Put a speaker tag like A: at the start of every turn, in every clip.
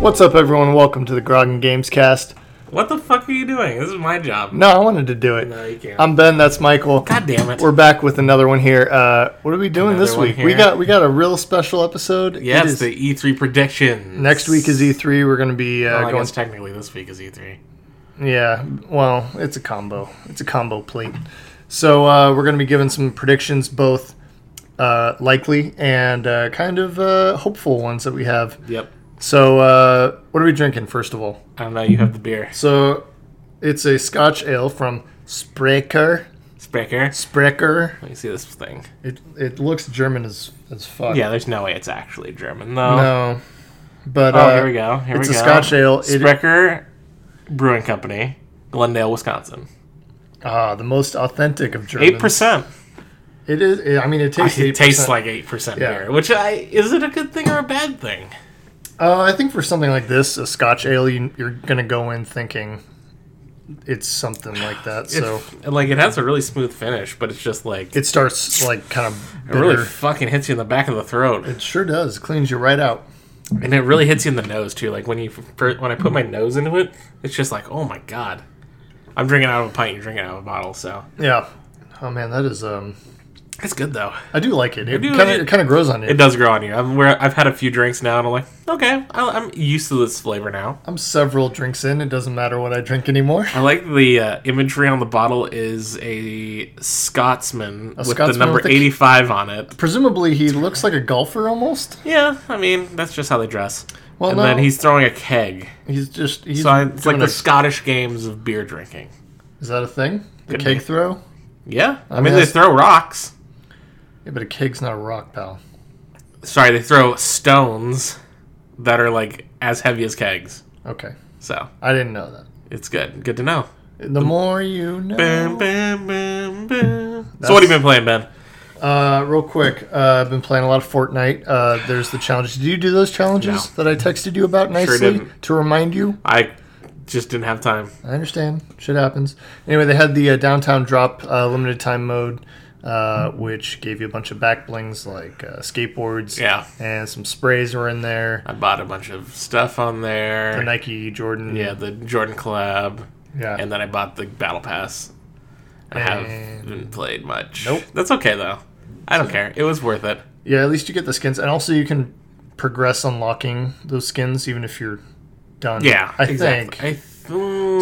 A: What's up, everyone? Welcome to the Grogan Games Cast.
B: What the fuck are you doing? This is my job.
A: No, I wanted to do it.
B: No, you can't.
A: I'm Ben. That's Michael.
B: God damn it.
A: We're back with another one here. Uh, what are we doing
B: Another
A: this
B: one
A: week? We
B: here.
A: got we got a real special episode.
B: yeah,
A: It is-
B: it's the E3 predictions.
A: next week is E E3. We're gonna be uh,
B: Well, Oh, I
A: going.
B: guess technically this week is E E3.
A: Yeah, well, it's a combo. It's a combo plate. So uh, we're gonna be giving some predictions, both uh, likely and uh, kind of uh, hopeful ones that we have.
B: Yep.
A: So uh, what are we drinking first of all?
B: I don't know. You have the beer.
A: So it's a Scotch ale from Spreker.
B: Sprecher.
A: Sprecher.
B: Let me see this thing.
A: It it looks German as as fuck.
B: Yeah, there's no way it's actually German though.
A: No. But
B: Oh,
A: uh,
B: here we go. Here
A: it's
B: we
A: a
B: go.
A: Scotch ale. It-
B: Sprecher Brewing Company, Glendale, Wisconsin.
A: Ah, the most authentic of Germans.
B: Eight percent.
A: It is. It, I mean, it tastes. 8%.
B: It tastes like eight percent
A: Yeah.
B: beer. Which I is it a good thing or a bad thing?
A: Uh, I think for something like this, a Scotch ale, you, you're gonna go in thinking it's something like that. So
B: It, like it has a really smooth finish, but it's just like
A: it starts like kind of
B: It
A: bitter.
B: really fucking hits you in the back of the throat,
A: it sure does. Cleans you right out.
B: and it really hits you in the nose too. Like when you fir- when I put my nose into it, it's just like, oh my god, I'm drinking out of a pint, you're drinking out of a bottle, so
A: Yeah. Oh man, that is um.
B: it's good though.
A: I do like it. It
B: do-
A: kind of
B: it-
A: it kind of grows on you.
B: It does grow on you. I'm where I've had a few drinks now, and I'm like, okay, I, I'm used to this flavor now.
A: I'm several drinks in. It doesn't matter what I drink anymore.
B: I like the uh, imagery on the bottle is a Scotsman with the
A: Scotsman
B: number
A: with a-
B: 85 on it.
A: Presumably, he looks like a golfer almost.
B: Yeah, I mean that's just how they dress.
A: Well,
B: and
A: no.
B: then he's throwing a keg.
A: He's just he's
B: So I, it's like
A: doing
B: the
A: a-
B: Scottish games of beer drinking.
A: is that a thing? The
B: Could
A: keg
B: be.
A: throw?
B: Yeah, I,
A: mean,
B: mean they
A: that's-
B: throw rocks.
A: Yeah, but a keg's not a rock, pal.
B: sorry, they throw stones that are like as heavy as kegs.
A: Okay,
B: So
A: I didn't know that.
B: it's good. Good to know.
A: The more you know.
B: Bam, bam, bam, bam. So what have you been playing, Ben?
A: Uh, real quick, uh, I've been playing a lot of Fortnite. Uh, there's the challenges. Did you do those challenges that I texted you about nicely
B: didn't.
A: to remind you?
B: I just didn't have time.
A: I understand. Shit happens. Anyway, they had the uh, downtown drop uh, limited time mode, uh,
B: Hmm.
A: which gave you a bunch of back blings like uh, skateboards.
B: Yeah.
A: And some sprays were in there.
B: I bought a bunch of stuff on
A: The
B: there.
A: Nike Jordan.
B: yeah, the Jordan collab,
A: Yeah.
B: and then I bought the battle pass. I
A: And-
B: haven't played much.
A: Nope.
B: That's okay though. I don't care. It was worth it.
A: Yeah, at least you get the skins, and also you can progress unlocking those skins even if you're done.
B: Yeah,
A: I
B: exactly.
A: think
B: I th-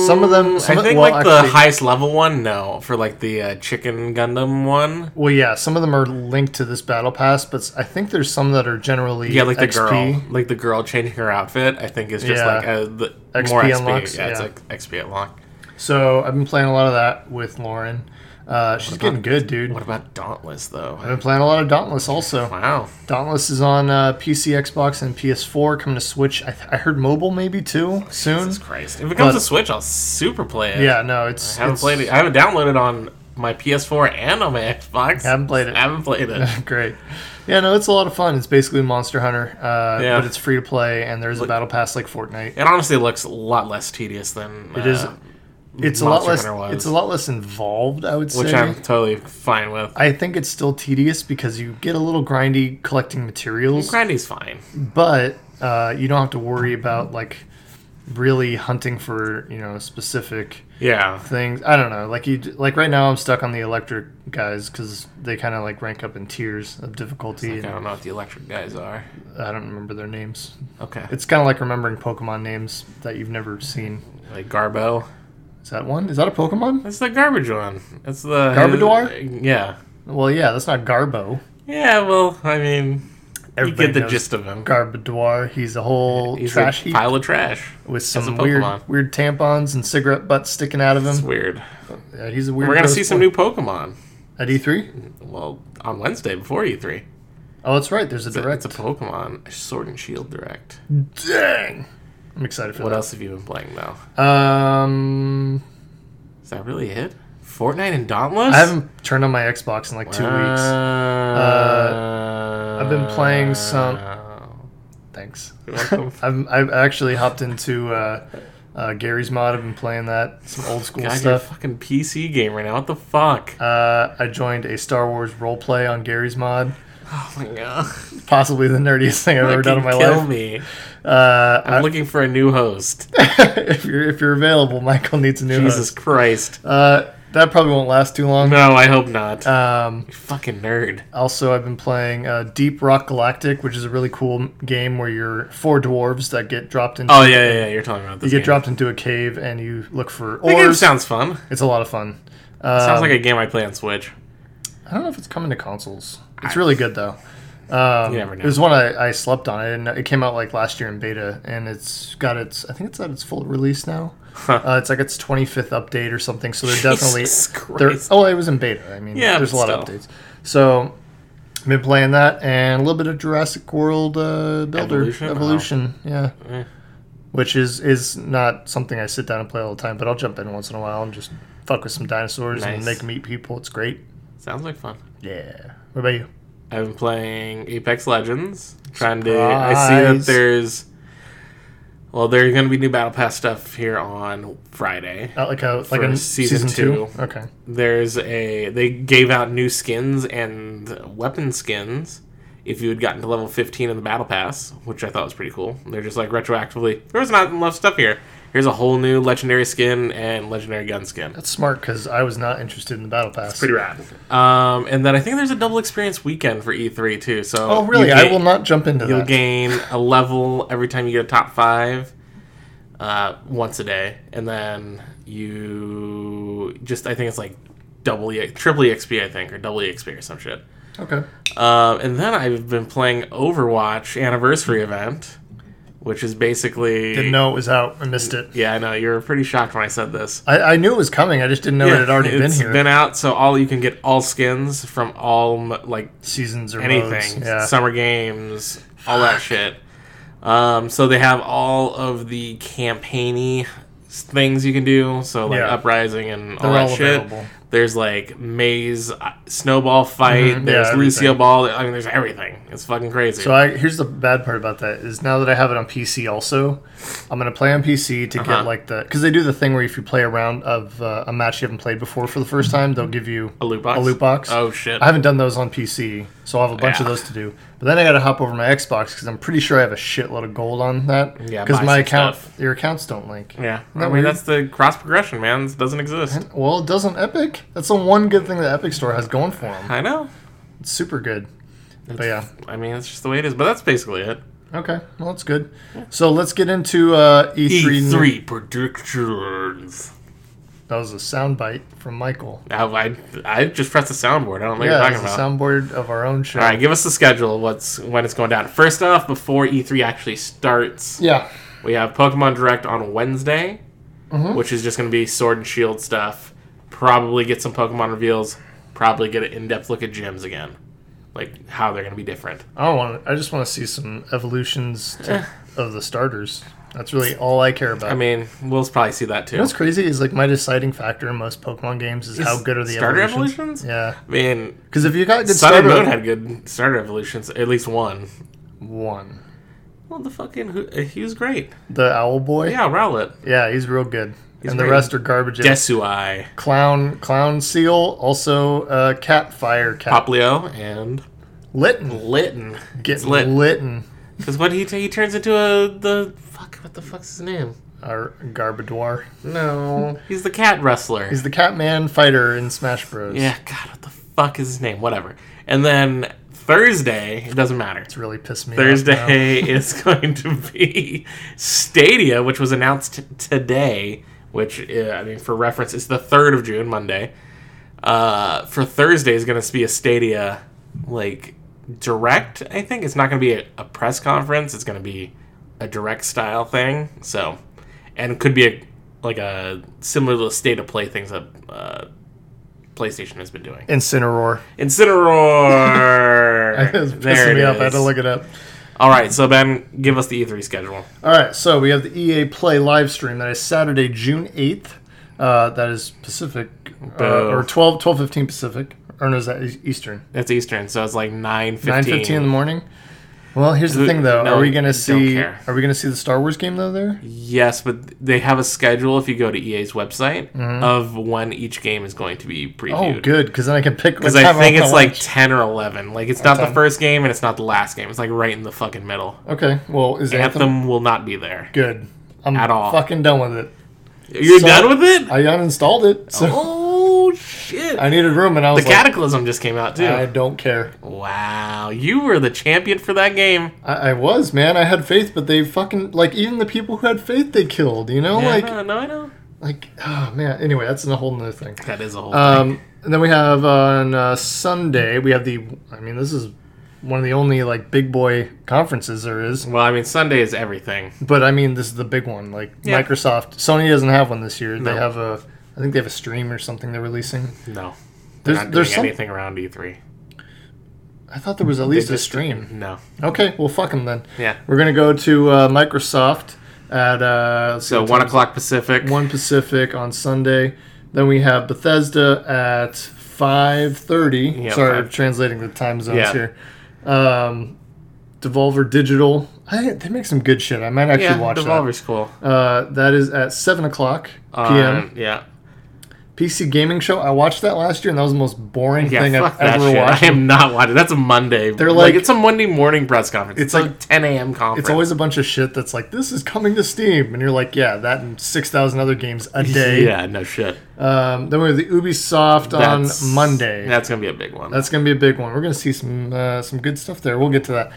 A: Some of them- some
B: I
A: of-
B: think
A: well,
B: like
A: actually-
B: the highest level one. No, for like the uh, chicken Gundam one.
A: Well, yeah, some of them are linked to this battle pass, but I think there's some that are generally
B: Yeah, like the
A: XP.
B: girl, like the girl changing her outfit. I think is just
A: Yeah.
B: like a, the
A: XP
B: more XP.
A: unlocks,
B: yeah, it's
A: yeah.
B: like XP unlock.
A: So I've been playing a lot of that with Lauren. Uh, she's getting good, dude.
B: What about Dauntless
A: I've
B: though?
A: been playing a lot of Dauntless also.
B: Wow,
A: Dauntless is on uh, PC, Xbox, and PS4. Coming to Switch. I, th- I heard mobile maybe too soon.
B: Jesus Christ! If it comes
A: But-
B: to Switch, I'll super play it.
A: Yeah, no, it's
B: I haven't
A: it's
B: played it. I haven't downloaded on my PS4 and on my Xbox.
A: Haven't played it.
B: I haven't played it.
A: Great. Yeah, no, it's a lot of fun. It's basically Monster Hunter, uh,
B: Yeah.
A: but it's free to play, and there's a battle pass like Fortnite.
B: It honestly looks a lot less tedious than
A: It is.
B: uh,
A: It's a lot
B: Monster
A: less.
B: Hunter was.
A: It's a lot less involved. I would say.
B: which I'm totally fine with.
A: I think it's still tedious because you get a little grindy collecting materials,
B: Grindy's fine.
A: but uh, you don't have to worry about like really hunting for you know specific
B: Yeah,
A: things. I don't know. Like you, d- like right now, I'm stuck on the electric guys because they kind of like rank up in tiers of difficulty.
B: I
A: and
B: don't know what the electric guys are.
A: I don't remember their names.
B: Okay,
A: It's kind of like remembering Pokemon names that you've never seen.
B: like Garbo.
A: Is that one? Is that a Pokemon?
B: That's the garbage one. That's the
A: Garbodor?
B: Yeah.
A: Well, yeah, that's not Garbo.
B: Yeah. Well, I mean,
A: Everybody
B: you get the
A: knows
B: gist of him.
A: Garbodor. He's a whole
B: He's
A: trash
B: a
A: heap
B: pile of trash.
A: with
B: a
A: some
B: Pokemon.
A: weird, weird tampons and cigarette butts sticking out of
B: It's
A: him.
B: weird.
A: Yeah, he's a weird.
B: We're gonna
A: gross
B: see some
A: boy.
B: new Pokemon.
A: at E3.
B: Well, on Wednesday before E3.
A: Oh, that's right. There's a direct.
B: It's a Pokemon Sword and Shield Direct.
A: Dang. I'm excited for
B: What
A: that.
B: else have you been playing though?
A: Um,
B: Is that really it? Fortnite and Dauntless? Uh,
A: I haven't turned on my Xbox in like two weeks. Uh, I've been playing some- Thanks.
B: You're welcome.
A: I've, I've actually hopped into uh, uh, Gary's mod. I've been playing that some old school
B: God, you're a
A: stuff.
B: fucking PC game right now. What the fuck?
A: Uh, I joined a Star Wars roleplay on Gary's mod.
B: Oh my god.
A: Possibly the nerdiest thing I've ever done in
B: Fucking
A: my
B: kill
A: life.
B: me.
A: Uh,
B: I'm looking for a new host.
A: if you're if you're available, Michael needs a new
B: Jesus
A: Jesus.
B: Christ.
A: Uh, that probably won't last too long.
B: No, I hope not.
A: Um,
B: you fucking nerd.
A: also, I've been playing uh, Deep Rock Galactic, which is a really cool game where you're four dwarves that get dropped into.
B: Oh yeah, yeah, yeah. You're talking about this.
A: You get
B: game.
A: dropped into a cave and you look for
B: That game
A: ores.
B: sounds fun.
A: it's a lot of fun. Uh,
B: Sounds like a game I play on Switch.
A: I don't know if it's coming to consoles. It's really good though. Um,
B: You never know.
A: It was one I, I slept on. I didn't know- It came out like last year in beta, and it's got its. I think it's at its full release now.
B: Huh.
A: Uh, it's like its 25th update or something. So they're definitely
B: Jesus
A: There,
B: Christ.
A: oh, it was in beta. I mean,
B: Yeah,
A: there's a
B: but
A: lot of updates. So, been playing that and a little bit of Jurassic World uh, Builder
B: Evolution?
A: Evolution. Yeah.
B: Eh.
A: Which is is not something I sit down and play all the time, but I'll jump in once in a while and just fuck with some dinosaurs
B: Nice.
A: and make them eat people. It's great.
B: Sounds like fun.
A: Yeah. What about you?
B: I've been playing Apex Legends. Trying to. I see that
A: Surprise.
B: there's. Well, there's going to be new Battle Pass stuff here on Friday.
A: Not like a like
B: For
A: a season,
B: season two.
A: two. Okay.
B: There's a. They gave out new skins and weapon skins if you had gotten to level 15 in the Battle Pass, which I thought was pretty cool. They're just like retroactively. There was not enough stuff here. Here's a whole new legendary skin and legendary gun skin.
A: That's smart because I was not interested in the battle pass.
B: rad. Um, and then I think there's a double experience weekend for E3 too. So
A: oh, really?
B: you
A: I
B: get-
A: will not jump into
B: You'll
A: that.
B: gain a level every time you get a top five, uh, once a day, and then you just I think it's like double E- triple EXP I think or double EXP or some shit.
A: Okay.
B: Um, and then I've been playing Overwatch Anniversary Event, which is basically
A: Didn't know it was out. I missed it.
B: yeah I know you were pretty shocked when I said this.
A: I, I knew it was coming. I just didn't know it had already been
B: it's
A: here.
B: been out, so all you can get all skins from all m- like
A: seasons or
B: anything,
A: modes. Yeah.
B: summer games, all that shit. Um, so they have all of the campaigny s- things you can do. So like
A: Yeah.
B: uprising and all
A: They're
B: that
A: all
B: shit.
A: available.
B: There's like maze, uh, snowball fight.
A: Mhm,
B: There's
A: yeah,
B: Lucio
A: everything.
B: Ball. I mean, there's everything. It's fucking crazy.
A: so I, here's the bad part about that is now that I have it on PC also, I'm gonna play on PC to
B: Uh-huh.
A: get like the because they do the thing where if you play a round of uh, a match you haven't played before for the first
B: Mm-hmm.
A: time, they'll give you
B: a loot box.
A: a loot box.
B: Oh shit.
A: I haven't done those on PC, so I'll have a bunch of
B: Yeah.
A: those to do. But then I gotta hop over to my Xbox because I'm pretty sure I have a shitload of gold on that.
B: Yeah,
A: because
B: buy
A: my
B: some
A: account,
B: stuff.
A: your accounts don't link.
B: yeah. I
A: that
B: mean,
A: weird?
B: that's the cross progression, man. It doesn't exist.
A: Well, it doesn't Epic. That's the one good thing the Epic Store has going for them.
B: I know.
A: It's super good. But
B: It's-
A: yeah.
B: I mean, it's just the way it is. But that's basically it.
A: Okay, well that's good. So let's get into uh, E3.
B: E three predictions.
A: That was a soundbite from Michael.
B: Now, I I just pressed the soundboard. I don't know what
A: yeah,
B: you're
A: that
B: talking
A: was
B: about.
A: a soundboard of our own show.
B: All right, give us the schedule. What's when it's going down? First off, before E3 actually starts,
A: Yeah,
B: we have Pokemon Direct on Wednesday, which is just going to be Sword and Shield stuff. Probably get some Pokemon reveals. Probably get an in-depth look at gyms again, like how they're going to be different.
A: I don't want. I just want to see some evolutions to, of the starters. That's really all I care about.
B: I mean, we'll probably see that too.
A: what's crazy is like my deciding factor in most Pokemon games is, how good are the
B: starter
A: evolutions.
B: evolutions?
A: Yeah,
B: I mean,
A: because if you got a good
B: Sun and
A: starter
B: Moon had good starter evolutions, at least one.
A: one,
B: Well, the fucking who- uh, he was great.
A: the Owl Boy.
B: Yeah, Rowlet,
A: Yeah, he's real good. and the
B: great.
A: rest are garbage.
B: Desuai,
A: clown, clown seal, also uh, cat fire, cat
B: Popplio, and
A: Litten.
B: Litten.
A: Get
B: lit.
A: Litten.
B: Because what he he turns into a the fuck what the fuck's his name?
A: Our Garbodor.
B: No, he's the cat wrestler.
A: He's the Catman fighter in Smash Bros.
B: yeah, God, what the fuck is his name? Whatever. And then Thursday, it doesn't matter.
A: It's really pissed me off. now.
B: Thursday is going to be Stadia, which was announced t- today. Which uh, I mean, for reference, it's the third of June, Monday. Uh, for Thursday is going to be a Stadia like direct. I think it's not going to be a, a press conference. It's going to be a direct style thing. So, and it could be a like a similar to the state of play things that uh, PlayStation has been doing.
A: Incineroar.
B: Incineroar.
A: It was
B: there
A: pissing
B: it
A: me up. I had to
B: is.
A: look it up.
B: All right, so Ben, give us the E3 schedule.
A: All right, so we have the EA Play live stream. That is Saturday, June 8th. Uh, that is Pacific, uh,
B: Boo.
A: or 12, 12 Pacific. Or no, is that E- Eastern?
B: That's Eastern, so it's like 9 15.
A: 9.15 in the morning? Well, here's the
B: Who-
A: thing, though.
B: no,
A: are we
B: don't
A: gonna see?
B: care.
A: Are we gonna see the Star Wars game though? There,
B: Yes, but they have a schedule if you go to EA's website of when each game is going to be previewed.
A: Mm-hmm. oh, good, because then I can pick.
B: Because I think it's like 10 or 11. Like, it's not the
A: 10.
B: first game and it's not the last game. It's like right in the fucking middle.
A: okay, well, is
B: Anthem,
A: Anthem,
B: will not be there.
A: good? I'm
B: At all.
A: fucking done with it.
B: You're
A: So-
B: done with it?
A: I uninstalled it, so
B: oh, shit.
A: I needed room, and I
B: the
A: was like,
B: Cataclysm just came out, too.
A: I don't care.
B: wow. You were the champion for that game.
A: I, I was, man. I had faith, but they fucking like even the people who had faith, they killed. You know,
B: Yeah,
A: like
B: no, no, I know.
A: like oh man. Anyway, that's a whole nother thing.
B: That is a whole
A: Um, and then we have on uh, Sunday we have the. I mean, this is one of the only like big boy conferences there is.
B: thing. Well, I mean, Sunday is everything.
A: But I mean, this is the big one. Like
B: Yeah.
A: Microsoft, Sony doesn't have one this year.
B: No.
A: They have a. I think they have a stream or something they're releasing.
B: No. They're
A: There's,
B: not doing
A: there's some,
B: anything around E3.
A: I thought there was at least a
B: just-
A: stream.
B: No.
A: Okay, well, fuck them then.
B: Yeah.
A: We're gonna go to uh, Microsoft at uh, let's see
B: So
A: what
B: one
A: time is
B: o'clock Pacific.
A: it? one Pacific on Sunday. Then we have Bethesda at five thirty.
B: Yeah,
A: Sorry,
B: five.
A: translating the time zones
B: Yeah.
A: here. Um, Devolver Digital. I, they make some good shit. I might actually
B: yeah,
A: watch
B: Devolver's cool.
A: that. Uh, that is at seven o'clock p.m.
B: Um, yeah.
A: PC gaming show. I watched that last year, and that was the most boring
B: Yeah,
A: thing
B: fuck
A: I've
B: that
A: ever
B: shit.
A: watched.
B: I am not watching. That's a Monday. They're
A: like-
B: it's a Monday morning press conference. It's,
A: It's
B: like,
A: like-
B: 10 a.m. conference.
A: It's always a bunch of shit that's like, this is coming to Steam, and you're like, yeah, that and six thousand other games a day.
B: Yeah, no shit.
A: Um, then we have the Ubisoft
B: That's-
A: on Monday.
B: That's gonna be a big one.
A: That's gonna be a big one. We're gonna see some uh, some good stuff there. We'll get to that.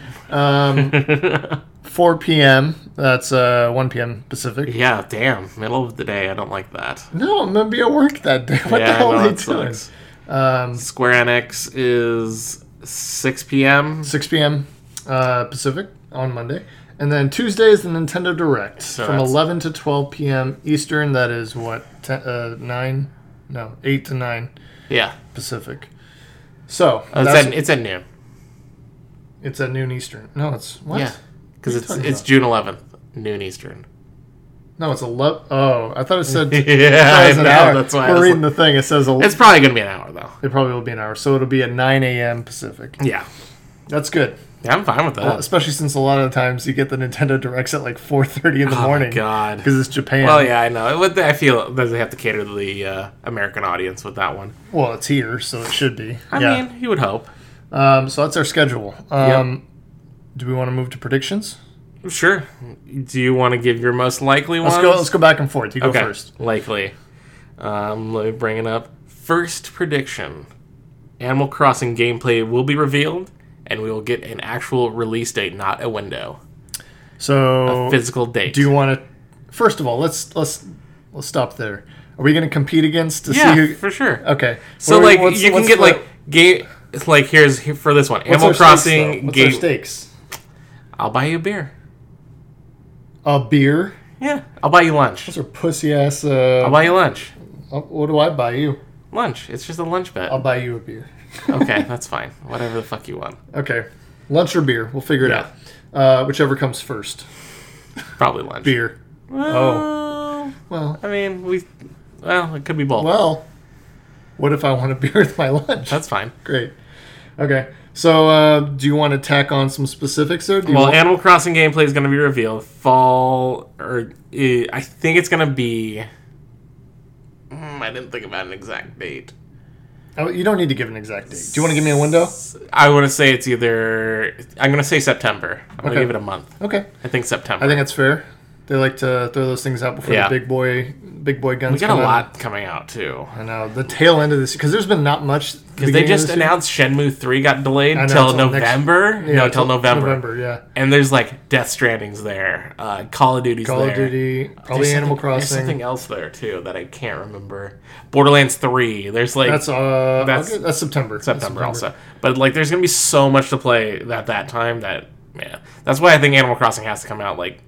A: Um, 4 p.m. That's uh, 1 p.m. Pacific.
B: yeah, damn. Middle of the day. I don't like that.
A: No, I'm gonna be at work that day. What
B: Yeah,
A: the
B: I
A: hell
B: know,
A: are they
B: that
A: doing?
B: sucks.
A: Um,
B: Square Enix is 6 p.m.
A: 6 p.m. Uh, Pacific on Monday, and then Tuesday is the Nintendo Direct from
B: that's-
A: 11 to 12 p.m. Eastern. That is what te- uh, nine, no, eight to nine
B: Yeah,
A: Pacific. So
B: Oh, it's
A: that's-
B: at it's at noon.
A: it's at noon Eastern. No, it's what?
B: Yeah, because
A: you
B: it's
A: talking
B: it's
A: about?
B: June 11th, noon Eastern.
A: No, it's 11. Oh, I thought it said.
B: yeah,
A: That
B: I
A: was an
B: know,
A: hour.
B: That's why I
A: We're
B: was
A: reading
B: like-
A: the thing. It says a,
B: it's probably gonna be an hour though.
A: it probably will be an hour, so it'll be at 9 a.m. Pacific.
B: Yeah,
A: That's good, uh,
B: yeah I'm fine with that.
A: especially since a lot of the times you get the Nintendo Directs at like 4:30 in the
B: Oh my
A: morning
B: God.
A: because it's Japan.
B: Well, yeah, I know. What the- I feel that they have to cater to the uh, American audience with that one.
A: Well, it's here, so it should be.
B: I
A: yeah.
B: mean, you would hope.
A: um, so that's our schedule. Um, Do we want to move to predictions?
B: Sure. Do you want to give your most likely one?
A: Let's go. Let's go back and forth. You go
B: Um, okay.
A: first.
B: Likely. Um, let me bring it up. First prediction: Animal Crossing gameplay will be revealed, and we will get an actual release date, not a window,
A: So,
B: physical date.
A: Oh. do you want to? First of all, let's let's let's stop there. Are we going to compete against to
B: yeah,
A: see who?
B: for sure.
A: Okay.
B: So
A: What are we-
B: like
A: what's-
B: you can
A: what's
B: get
A: the-
B: like game. It's like here's here for this one.
A: what's
B: Animal
A: our
B: Crossing
A: stakes, though? What's our
B: game.
A: stakes?
B: I'll buy you a beer.
A: A beer.
B: Yeah, I'll buy you lunch.
A: Those are pussy ass.
B: I'll
A: Uh,
B: buy you lunch.
A: uh, what do I buy you?
B: Lunch. It's just a lunch bet.
A: I'll buy you a beer.
B: okay, that's fine. Whatever the fuck you want.
A: Okay, lunch or beer? We'll figure it
B: Yeah.
A: out. Uh, whichever comes first.
B: Probably lunch.
A: Beer. Oh.
B: Well,
A: Well,
B: I mean, we. Well, it could be both.
A: well. What if I want a beer with my lunch?
B: That's fine.
A: great. Okay, so uh, do you want to tack on some specifics there? Do you
B: Well,
A: want-
B: Animal Crossing gameplay is going to be revealed fall, or eh, I think it's going to be. Mm, I didn't think about an exact date.
A: oh, you don't need to give an exact date. Do you want to give me a window?
B: I want to say it's either. I'm going to say September. I'm going to
A: Okay.
B: give it a month.
A: Okay,
B: I think September.
A: I think that's fair. They like to throw those things out before
B: Yeah.
A: the big boy, big boy guns.
B: we got a
A: come out.
B: lot coming out too.
A: I know the tail end of this because there's been not much. at the
B: Because they
A: beginning of
B: just
A: this year.
B: announced Shenmue 3 got delayed
A: know,
B: until
A: till next-
B: November.
A: Yeah,
B: no, until
A: till-
B: November.
A: November, yeah.
B: And there's like Death Stranding's there, uh, Call of Duty's
A: Call
B: there.
A: of Duty,
B: There's
A: probably Animal
B: something- There's something
A: Crossing.
B: else there too that I can't remember. Borderlands 3. There's like
A: That's uh,
B: That's-
A: that's, that's September.
B: September also. But like there's going to be so much to play at that time that, yeah. That's why I think Animal Crossing has to come out like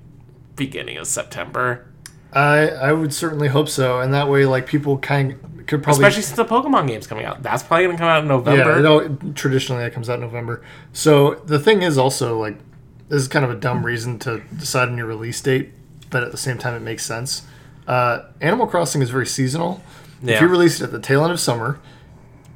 B: beginning of September.
A: I I would certainly hope so, and that way, like people kind could probably
B: Especially since the Pokemon game's coming out. That's probably going to come out in November.
A: yeah. It all, traditionally, that comes out in November. So the thing is also like this is kind of a dumb reason to decide on your release date, but at the same time, it makes sense. Uh, Animal Crossing is very seasonal. If
B: Yeah.
A: you release it at the tail end of summer,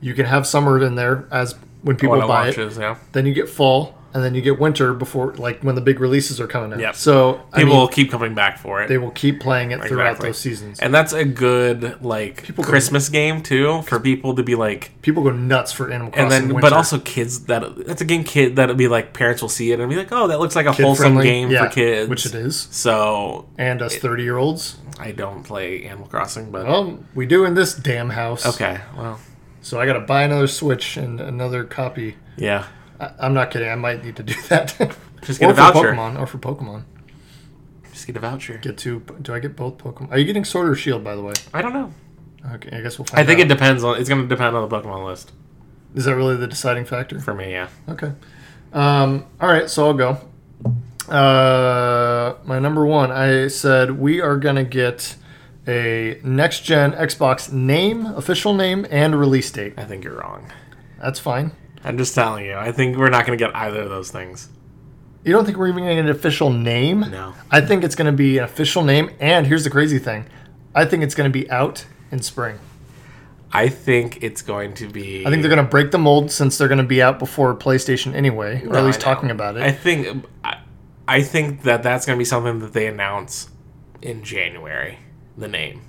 A: you can have summer in there as when people
B: When it
A: buy it.
B: launches, yeah.
A: Then you get fall, and then you get winter before like when the big releases are coming out.
B: Yep.
A: So I
B: People
A: mean,
B: will keep coming back for it.
A: they will keep playing it throughout
B: Exactly.
A: those seasons.
B: And that's a good like
A: People go-
B: Christmas game too for people to be like
A: people go nuts for Animal Crossing.
B: and then
A: winter.
B: but also kids that that's a game kid that'll be like parents will see it and be like, "Oh, that looks like a wholesome
A: Kid-friendly,
B: game
A: yeah,
B: for kids."
A: which it is.
B: So,
A: And us thirty-year-olds,
B: I don't play Animal Crossing, but
A: well, we do in this damn house.
B: okay, well,
A: So I got to buy another Switch and another copy.
B: yeah.
A: I- I'm not kidding. I might need to do that.
B: Just get
A: or
B: a voucher.
A: for Pokemon, or for Pokemon.
B: Just get a voucher.
A: Get two. Do I get both Pokemon? Are you getting Sword or Shield? By the way,
B: I don't know.
A: okay. I guess we'll find.
B: I think it
A: out.
B: depends on it's going to depend on the Pokemon list
A: is that really the deciding factor?
B: for me, yeah.
A: Okay. Um, all right, so I'll go. Uh, my number one, I said we are going to get a next gen Xbox name, official name, and release date.
B: I think you're wrong.
A: That's fine.
B: I'm just telling you. I think we're not going to get either of those things.
A: You don't think we're even going to get an official name?
B: No.
A: I think it's going to be an official name, and here's the crazy thing I think it's going to be out in spring.
B: I think it's going to be
A: I think they're going to break the mold since they're going to be out before PlayStation anyway, or at
B: No,
A: least
B: I know.
A: talking about it.
B: I think I, I think that that's going to be something that they announce in January. The name,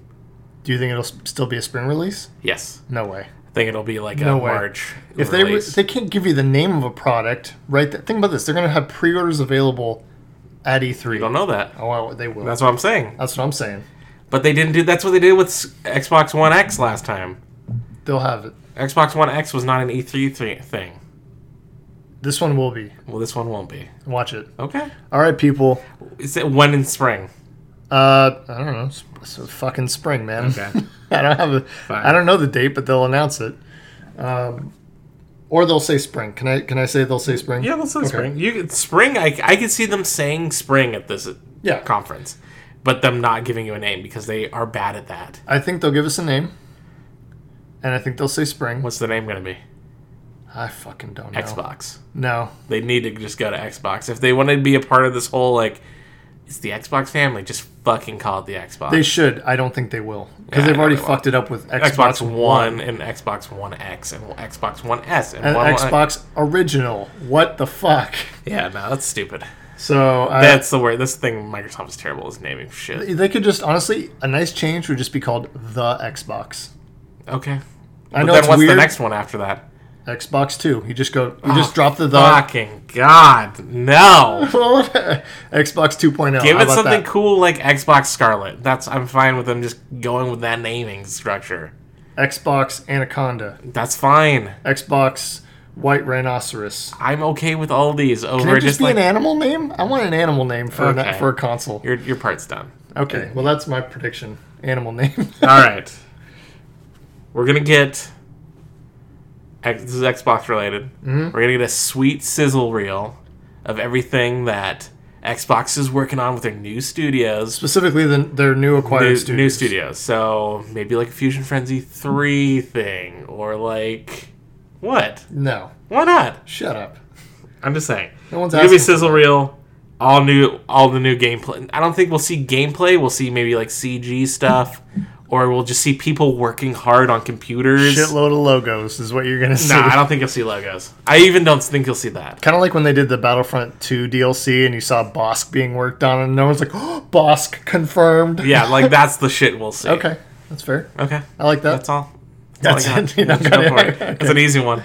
A: Do you think it'll s- still be a spring release?
B: yes,
A: No way.
B: I think it'll be like
A: No
B: a
A: way.
B: March.
A: If they
B: release.
A: they can't give you the name of a product, right? th- Think about this: they're going to have pre-orders available at
B: you don't
A: E3.
B: know that.
A: Oh, well, they will. That's,
B: That's what I'm saying.
A: what I'm saying.
B: But they didn't do. That's what they did with s- Xbox One X last time.
A: They'll have it.
B: Xbox One X was not an E3 th- thing.
A: This one will be.
B: Well, this one won't be.
A: Watch it.
B: Okay.
A: All right, people.
B: Is it when in spring?
A: Uh, I don't know. It's, it's a fucking spring, man.
B: Okay.
A: I don't have a. I don't know the date, but they'll announce it. Um, or they'll say spring. Can I can I say they'll say spring?
B: Yeah, let's say spring. You could- spring. I I could see them saying spring at this
A: Yeah.
B: conference, but them not giving you a name because they are bad at that.
A: I think they'll give us a name. And I think they'll say spring.
B: What's the name going to be?
A: I fucking don't know.
B: Xbox.
A: No.
B: They need to just go to Xbox if they want to be a part of this whole like it's the Xbox family. Just fucking call it the Xbox.
A: They should. I don't think they will because
B: Yeah, I
A: they've
B: know
A: already
B: they won't.
A: fucked it up with Xbox,
B: Xbox One and Xbox One X and Xbox One S and,
A: and
B: One
A: Xbox Original. What the fuck?
B: Yeah, no, that's stupid.
A: Uh, So I,
B: That's the word. This thing Microsoft is terrible is naming shit.
A: they could just honestly a nice change would just be called the Xbox.
B: Okay.
A: I
B: But
A: know
B: then
A: it's
B: what's
A: weird.
B: the next one after that?
A: Xbox Two. You just go. You
B: Oh,
A: just drop the the.
B: Fucking god, no!
A: Xbox 2.0.
B: Give
A: How
B: it
A: about
B: something
A: that?
B: cool like Xbox Scarlet. That's I'm fine with them just going with that naming structure.
A: Xbox Anaconda.
B: That's fine.
A: Xbox White Rhinoceros.
B: I'm okay with all these over
A: Can it
B: just
A: just be
B: like
A: an animal name? I want an animal name for a,
B: Okay.
A: for a console.
B: your your part's done.
A: Okay, well that's my prediction. Animal name.
B: All right, we're gonna get. X- This is Xbox related.
A: Mm-hmm.
B: We're gonna get a sweet sizzle reel of everything that Xbox is working on with their new studios,
A: Specifically, the, their new acquired
B: new,
A: studios.
B: new studios. So maybe like a Fusion Frenzy three thing, or like what?
A: No,
B: Why not?
A: shut up.
B: I'm just saying.
A: No one's
B: Maybe
A: asking.
B: sizzle reel, all new, all the new gameplay. I don't think we'll see gameplay. We'll see maybe like CG stuff, or we'll just see people working hard on computers.
A: Shitload of logos is what you're gonna see.
B: Nah, I don't think you'll see logos. I even don't think you'll see that.
A: Kind of like when they did the Battlefront 2 DLC and you saw Bosk being worked on, and no one's like, oh, Bosk confirmed.
B: Yeah, like that's the shit we'll see.
A: Okay, that's fair.
B: Okay.
A: I like that.
B: That's all.
A: That's
B: all I got.
A: it. You don't
B: Go
A: got it.
B: for it. That's an easy one.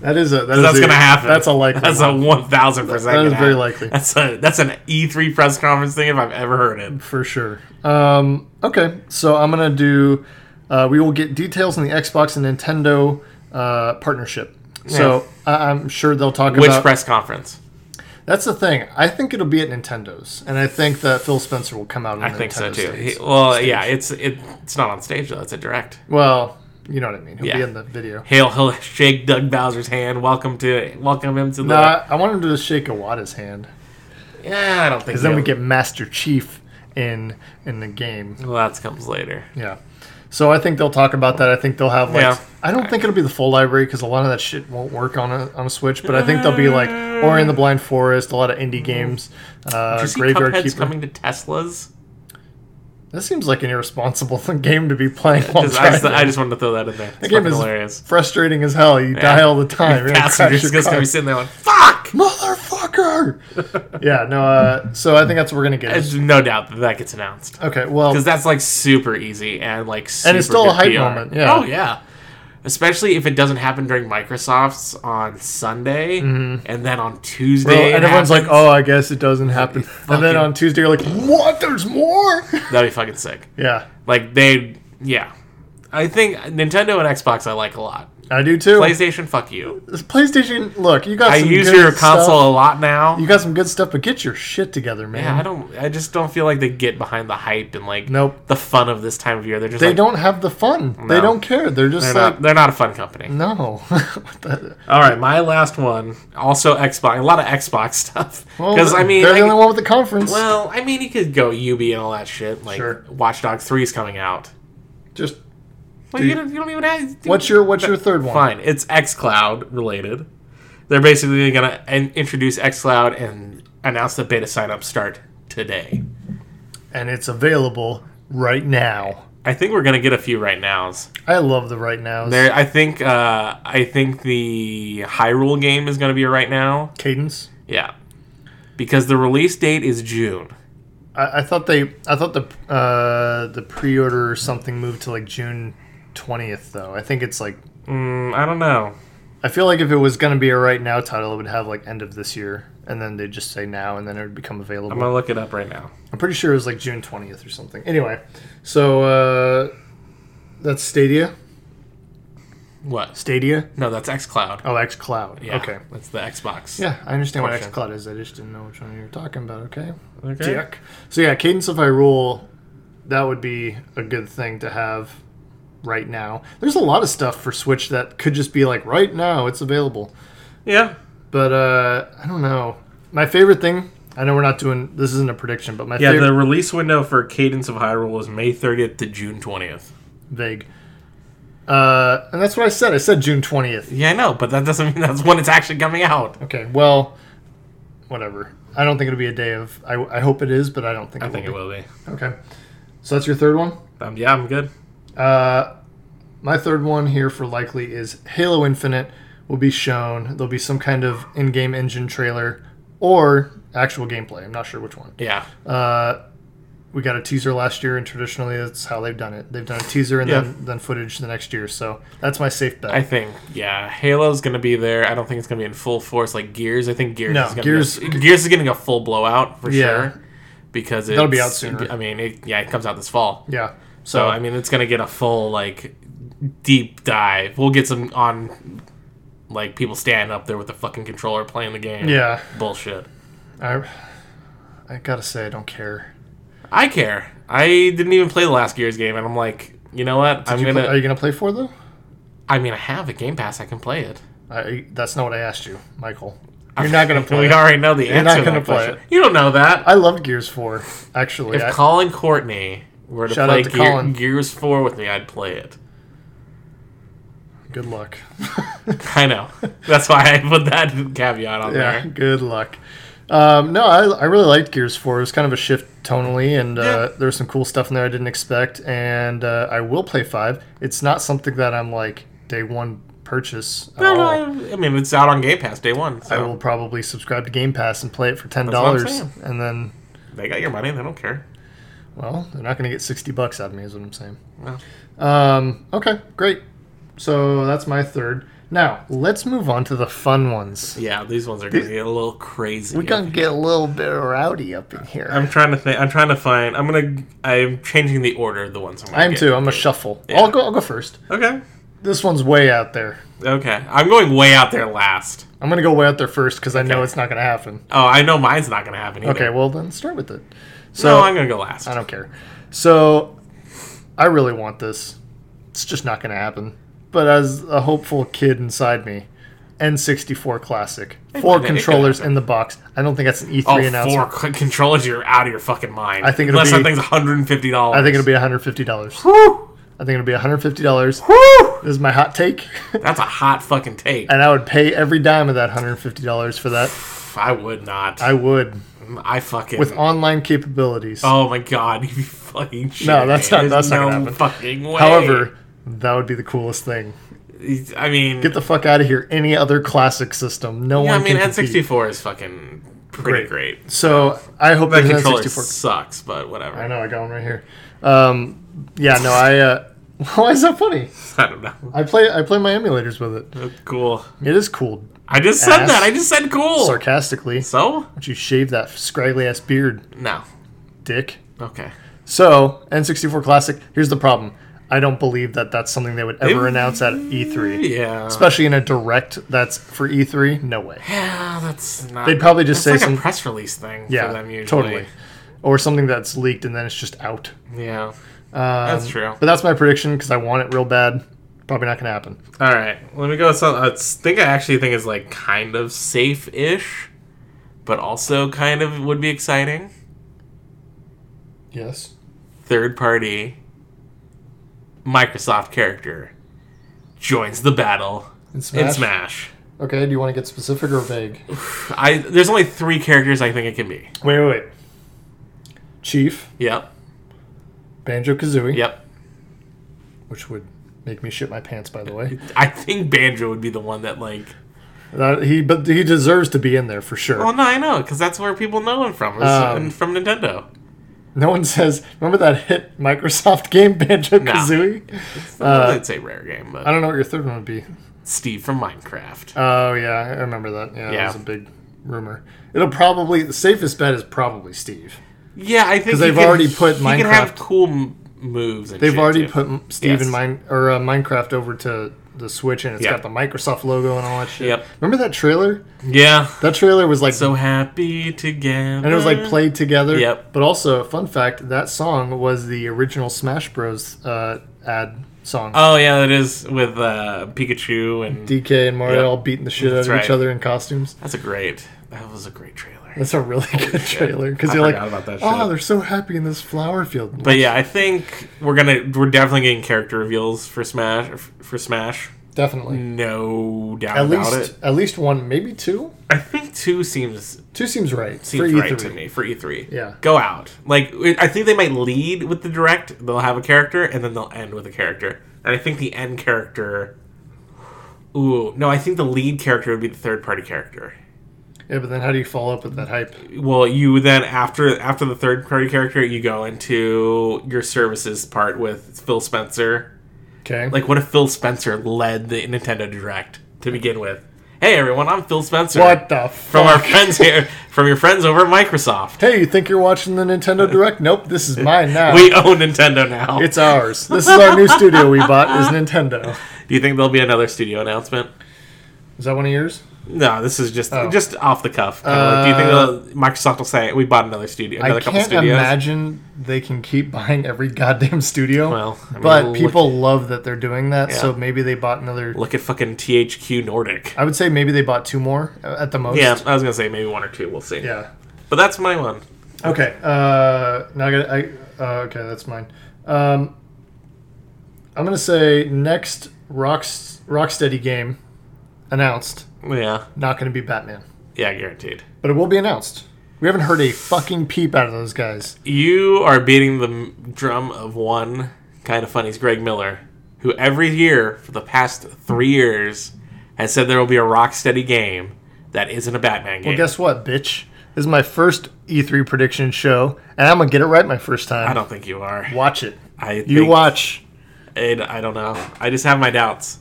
A: That is a. that is
B: That's
A: a-
B: gonna happen.
A: That's a likely.
B: That's
A: one,
B: a one thousand percent.
A: That is
B: gonna
A: very
B: happen.
A: likely.
B: That's a that's an E three press conference thing if I've ever heard it.
A: for sure. Um, okay, so I'm gonna do. Uh, we will get details on the Xbox and Nintendo uh, partnership. So I- I'm sure they'll talk
B: Which
A: about
B: press conference?
A: That's the thing. I think it'll be at Nintendo's, and I think that Phil Spencer will come out. On
B: I think so too.
A: Stage.
B: He- well, yeah, it's it, it's not on stage though. It's a direct.
A: Well, you know what I mean. He'll be
B: Yeah.
A: in the video.
B: Hail, he'll shake Doug Bowser's hand. Welcome to welcome him to the.
A: No, I, I want him to just shake Iwata's hand,
B: yeah, I don't think.
A: because then we
B: he'll-
A: get Master Chief in in the game.
B: Well, that comes later.
A: Yeah. So I think they'll talk about that. I think they'll have like
B: Yeah.
A: I don't think it'll be the full library because a lot of that shit won't work on a on a Switch. But I think they'll be like Ori and the Blind Forest, a lot of indie games,
B: Mm. Did
A: uh,
B: you see
A: Graveyard
B: Cuphead's
A: Keeper.
B: coming to Teslas?
A: This seems like an irresponsible thing, game to be playing while
B: Just- I, just,
A: driving.
B: I just wanted to throw that in there. It's
A: Oh, that game
B: fucking
A: is
B: hilarious.
A: frustrating as hell. You die all the time. You're gonna crash
B: Passengers
A: your
B: just gonna
A: car.
B: be sitting there like, "Fuck!"
A: motherfucker. yeah, no. Uh, so I think that's what we're gonna get.
B: There's no doubt that that gets announced
A: Okay, well,
B: because that's like super easy and like super
A: Oh. it's still a
B: good
A: hype
B: PR.
A: moment, yeah.
B: Oh yeah. Especially if it doesn't happen during Microsoft's on Sunday and then on Tuesday.
A: Mm-hmm. well, and
B: it
A: everyone's like,
B: happens.
A: "Oh, I guess it doesn't happen." And then
B: fucking-
A: on Tuesday, you're like, "What? There's more?"
B: that'd be fucking sick.
A: yeah,
B: Like they, yeah. I think Nintendo and Xbox I like a lot.
A: I do too.
B: PlayStation, fuck you.
A: This PlayStation, look, you got.
B: I
A: some
B: use
A: good
B: your
A: stuff.
B: console a lot now.
A: You got some good stuff, but get your shit together, man.
B: Yeah, I don't. I just don't feel like they get behind the hype and like
A: Nope.
B: the fun of this time of year. They're just
A: They
B: like,
A: don't have the fun. They
B: No.
A: don't care. They're just
B: They're
A: like,
B: not. They're not a fun company.
A: no. What the-
B: All right, my last one. Also Xbox. A lot of Xbox stuff.
A: well,
B: Because I mean,
A: they're
B: I-
A: the only one with the conference.
B: well, I mean, you could go UB and all that shit. Like
A: Sure.
B: Watch Dogs Three is coming out.
A: just
B: Well,
A: Dude.
B: you, don't, you don't even have.
A: what's your what's your third one?
B: Fine, it's XCloud related. They're basically going to introduce XCloud and announce the beta sign-up start today.
A: And it's available right now.
B: I think we're going to get a few right nows.
A: I love the right nows.
B: There, I think, uh, I think the Hyrule game is going to be a right now.
A: cadence.
B: Yeah, because the release date is June.
A: I, I thought they I thought the uh, the pre order or something moved to like June twentieth though. I think it's like
B: Mm, I don't know.
A: I feel like if it was gonna be a right now title it would have like end of this year and then they'd just say now and then it would become available.
B: I'm gonna look it up right now.
A: I'm pretty sure it was like June twentieth or something. Anyway, so uh, that's Stadia.
B: What?
A: Stadia?
B: No, that's XCloud.
A: Oh X Cloud.
B: Yeah,
A: Okay.
B: that's the Xbox.
A: Yeah, I understand what
B: Portion.
A: XCloud is. I just didn't know which one you were talking about. Okay.
B: Okay.
A: Dick. So yeah, Cadence of Hyrule, that would be a good thing to have right now. There's a lot of stuff for Switch that could just be like right now it's available.
B: Yeah.
A: But uh I don't know. My favorite thing, I know we're not doing this isn't a prediction, but my
B: Yeah,
A: favorite
B: the release window for Cadence of Hyrule is May 30th to June 20th.
A: vague. Uh and that's what I said. I said June 20th.
B: Yeah, I know, but that doesn't mean that's when it's actually coming out.
A: Okay. Well, whatever. I don't think it'll be a day of I, I hope it is, but I don't think
B: I
A: it
B: think it
A: will.
B: will be.
A: be. Okay. So that's your third one?
B: Um, yeah, I'm good.
A: Uh, my third one here for likely is Halo Infinite will be shown. There'll be some kind of in-game engine trailer or actual gameplay. I'm not sure which one.
B: Yeah.
A: Uh, we got a teaser last year, and traditionally that's how they've done it. They've done a teaser and
B: Yeah.
A: then, then footage the next year. So that's my safe bet.
B: I think, yeah, Halo's going to be there. I don't think it's going to be in full force like Gears. I think Gears
A: No,
B: is going
A: Gears-
B: to Gears is getting a full blowout for
A: Yeah.
B: sure because it's,
A: That'll be out sooner.
B: I mean, it, yeah, it comes out this fall.
A: yeah.
B: So,
A: Oh.
B: I mean, it's going to get a full like deep dive. We'll get some on like people standing up there with the fucking controller playing the game.
A: Yeah.
B: Bullshit.
A: I, I gotta say I don't care.
B: I care. I didn't even play the last Gears game, and I'm like, you know what? I'm
A: Do you
B: gonna.
A: play- are you gonna play for though?
B: I mean, I have a Game Pass. I can play it.
A: I, that's not what I asked you, Michael. You're not gonna play.
B: we
A: it.
B: already know the answer.
A: not
B: to
A: gonna
B: that
A: play
B: question.
A: it.
B: You don't know that.
A: I love Gears Four. Actually,
B: if
A: I-
B: Colin Courtney were to
A: Shout
B: play
A: out to
B: Gear-
A: Colin.
B: Gears Four with me, I'd play it.
A: good luck.
B: I know. That's why I put that caveat on
A: Yeah,
B: there.
A: good luck. Um, no, I, I really liked Gears 4. It was kind of a shift tonally, and uh, there was some cool stuff in there I didn't expect. And uh, I will play 5. It's not something that I'm like day one purchase. At
B: No, no,
A: all.
B: uh, I, I mean, it's out on Game Pass day one.
A: I
B: So
A: will probably subscribe to Game Pass and play it for $10.
B: saying.
A: and then,
B: they got your money. They don't care.
A: well, they're not going to get 60 bucks out of me, is what I'm saying.
B: No.
A: Um, okay, great. So that's my third. Now, let's move on to the fun ones.
B: Yeah, these ones are gonna get a little crazy.
A: We're going to get a little bit rowdy up in here.
B: I'm trying to think. I'm trying to find. I'm gonna. I'm changing the order of the ones. I'm, gonna
A: I'm
B: get.
A: too. I'm gonna shuffle. I'll go. I'll go first.
B: Okay.
A: This one's way out there.
B: Okay. I'm going way out there last.
A: I'm gonna go way out there first because I know it's not gonna happen.
B: Oh, I know mine's not gonna happen either.
A: Okay, well then start with it. So
B: So no, I'm gonna go last.
A: I don't care. So I really want this. It's just not gonna happen. But as a hopeful kid inside me, N64 Classic,
B: I
A: four
B: think it could
A: controllers in the box. I don't think that's an E3
B: Oh,
A: announcement.
B: four c- controllers, you're out of your fucking mind.
A: I think it'll
B: unless
A: be-
B: that thing's 150 dollars.
A: I think it'll be 150 dollars.
B: Woo!
A: I think it'll be $150.
B: Woo!
A: This is my hot take.
B: That's a hot fucking take.
A: and I would pay every dime of that $150 for that.
B: I would not. I,
A: I would.
B: fucking.
A: With online capabilities.
B: oh my god, you fucking shit.
A: that's not-
B: There's
A: that's not
B: no
A: gonna happen.
B: fucking way.
A: However, that would be the coolest thing.
B: I mean,
A: Get the fuck out of here. Any other classic system. No
B: yeah, I
A: one
B: mean,
A: can compete.
B: N64 is fucking pretty great.
A: So I hope
B: That
A: there's an
B: controller
A: N64
B: sucks, but whatever.
A: I
B: I,
A: know, I got one right here. Um, yeah, no, I. Uh, why is that funny?
B: don't know.
A: I play I play my emulators with it.
B: Cool.
A: It is cool,
B: I just said
A: Ass.
B: that. I just said cool.
A: sarcastically. Why
B: So
A: don't you shave that scraggly ass beard,
B: no.
A: dick?
B: Okay.
A: So N64 Classic. Here's the problem. I don't believe that that's something they would ever
B: They-
A: announce at E3,
B: Yeah.
A: especially in a direct that's for E3. No way.
B: Yeah, that's not.
A: They'd probably just
B: that's
A: say
B: like
A: some-
B: a press release thing
A: Yeah,
B: for them usually.
A: totally. Or something that's leaked and then it's just out.
B: Yeah,
A: Um,
B: that's true.
A: But that's my prediction because I want it real bad. Probably not going to happen.
B: All right, let me go with something. I think I actually think is like kind of safe-ish, but also kind of would be exciting.
A: Yes.
B: Third-party Microsoft character joins the battle
A: And
B: in Smash.
A: Okay, do you want to get specific or vague?
B: I there's only three characters I think it can be.
A: Wait, wait, wait. Chief,
B: Yep,
A: Banjo Kazooie,
B: yep.
A: which would make me shit my pants, by the way.
B: I think Banjo would be the one that like.
A: That- he, but he deserves to be in there for sure.
B: Well, no, I know because that's where people know him from. is
A: Um,
B: from Nintendo.
A: No one says. Remember that hit Microsoft game, Banjo Kazooie.
B: I'd say rare game, but
A: uh, I don't know what your third one would be.
B: Steve from Minecraft.
A: Oh yeah, I remember that. Yeah, that
B: Yeah.
A: was a big rumor. It'll probably the safest bet is probably Steve.
B: Yeah, I think
A: 'Cause
B: he
A: they've
B: can-
A: already put
B: He can have
A: Minecraft-
B: cool m- moves. And
A: They've
B: shit,
A: already
B: too.
A: put M- Steve in
B: Yes.
A: mine or uh, Minecraft over to the Switch, and it's
B: Yeah.
A: got the Microsoft logo and all that shit.
B: Yep.
A: Remember that trailer?
B: Yeah,
A: That trailer was like
B: so happy together.
A: And it was like played together.
B: Yep.
A: But also, fun fact: that song was the original Smash Bros. Uh, ad song.
B: Oh yeah, that is with uh, Pikachu and
A: DK and Mario
B: Yep.
A: all beating the shit out
B: That's
A: of each
B: right.
A: other in costumes.
B: that's a great. That was a great trailer.
A: That's a really good trailer because
B: I
A: you're like,
B: forgot about that
A: oh,
B: shit."
A: they're so happy in this flower field.
B: But yeah, I think we're gonna we're definitely getting character reveals for Smash for Smash.
A: Definitely.
B: No doubt
A: At
B: about
A: least,
B: it.
A: at least one, maybe two.
B: I think two seems
A: Two seems right. E
B: seems
A: for
B: right
A: E3.
B: to me for E3.
A: Yeah.
B: Go out. Like it- I think they might lead with the direct. They'll have a character and then they'll end with a character. And I think the end character. Ooh no! I think the lead character would be the third party character.
A: Yeah, but then how do you follow up with that hype?
B: Well, you then after after the third party character, you go into your services part with Phil Spencer.
A: Okay.
B: Like, what if Phil Spencer led the Nintendo Direct to begin with? Hey everyone, I'm Phil Spencer
A: what the
B: from
A: fuck?
B: our friends here, from your friends over at Microsoft.
A: hey, you think you're watching the Nintendo Direct? Nope, this is mine now.
B: We own Nintendo now.
A: it's ours. This is our new studio we bought. Is Nintendo.
B: Do you think there'll be another studio announcement?
A: Is that one of yours?
B: No, this is just
A: Oh. Uh,
B: just off the cuff. kinda like, do you think they'll- Microsoft will say we bought another studio, another
A: I
B: couple
A: can't
B: studios?
A: imagine they can keep buying every goddamn studio.
B: Well, I mean,
A: but
B: look-
A: people love that they're doing that, so
B: Yeah.
A: maybe they bought another.
B: Look at fucking THQ Nordic.
A: I would say maybe they bought two more uh, at the most.
B: Yeah, I was gonna say maybe one or two. We'll see.
A: Yeah.
B: But that's my one.
A: Okay. Uh, now I got. I uh, okay. That's mine. Um, I'm gonna say next Rocks Rocksteady game announced.
B: Yeah,
A: Not gonna be Batman,
B: yeah, guaranteed.
A: but it will be announced. We haven't heard a fucking peep out of those guys.
B: You are beating the m- drum of one kind of funny's Greg Miller, who every year for the past three years has said there will be a Rocksteady game that isn't a Batman game.
A: Well, guess what, bitch? This is my first E3 prediction show, and I'm gonna get it right my first time.
B: I don't think you are.
A: Watch it.
B: I
A: You
B: think-
A: watch.
B: I, I don't know. I just have my doubts.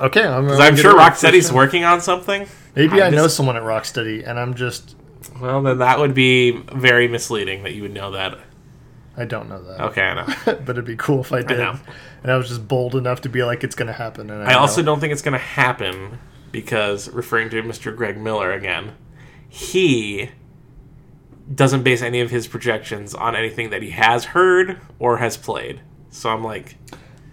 A: Okay, I'm,
B: I'm sure Rocksteady's working on something.
A: Maybe i
B: I'm
A: know
B: just-
A: someone at Rocksteady, and I'm just
B: Well, then that would be very misleading that you would know that.
A: I don't know that,
B: Okay, I know.
A: but it'd be cool if I did.
B: know.
A: and I was just bold enough to be like, it's gonna happen. And I,
B: I also
A: know.
B: don't think it's going to happen because, referring to Mr. Greg Miller again, he doesn't base any of his projections on anything that he has heard or has played. So I'm like,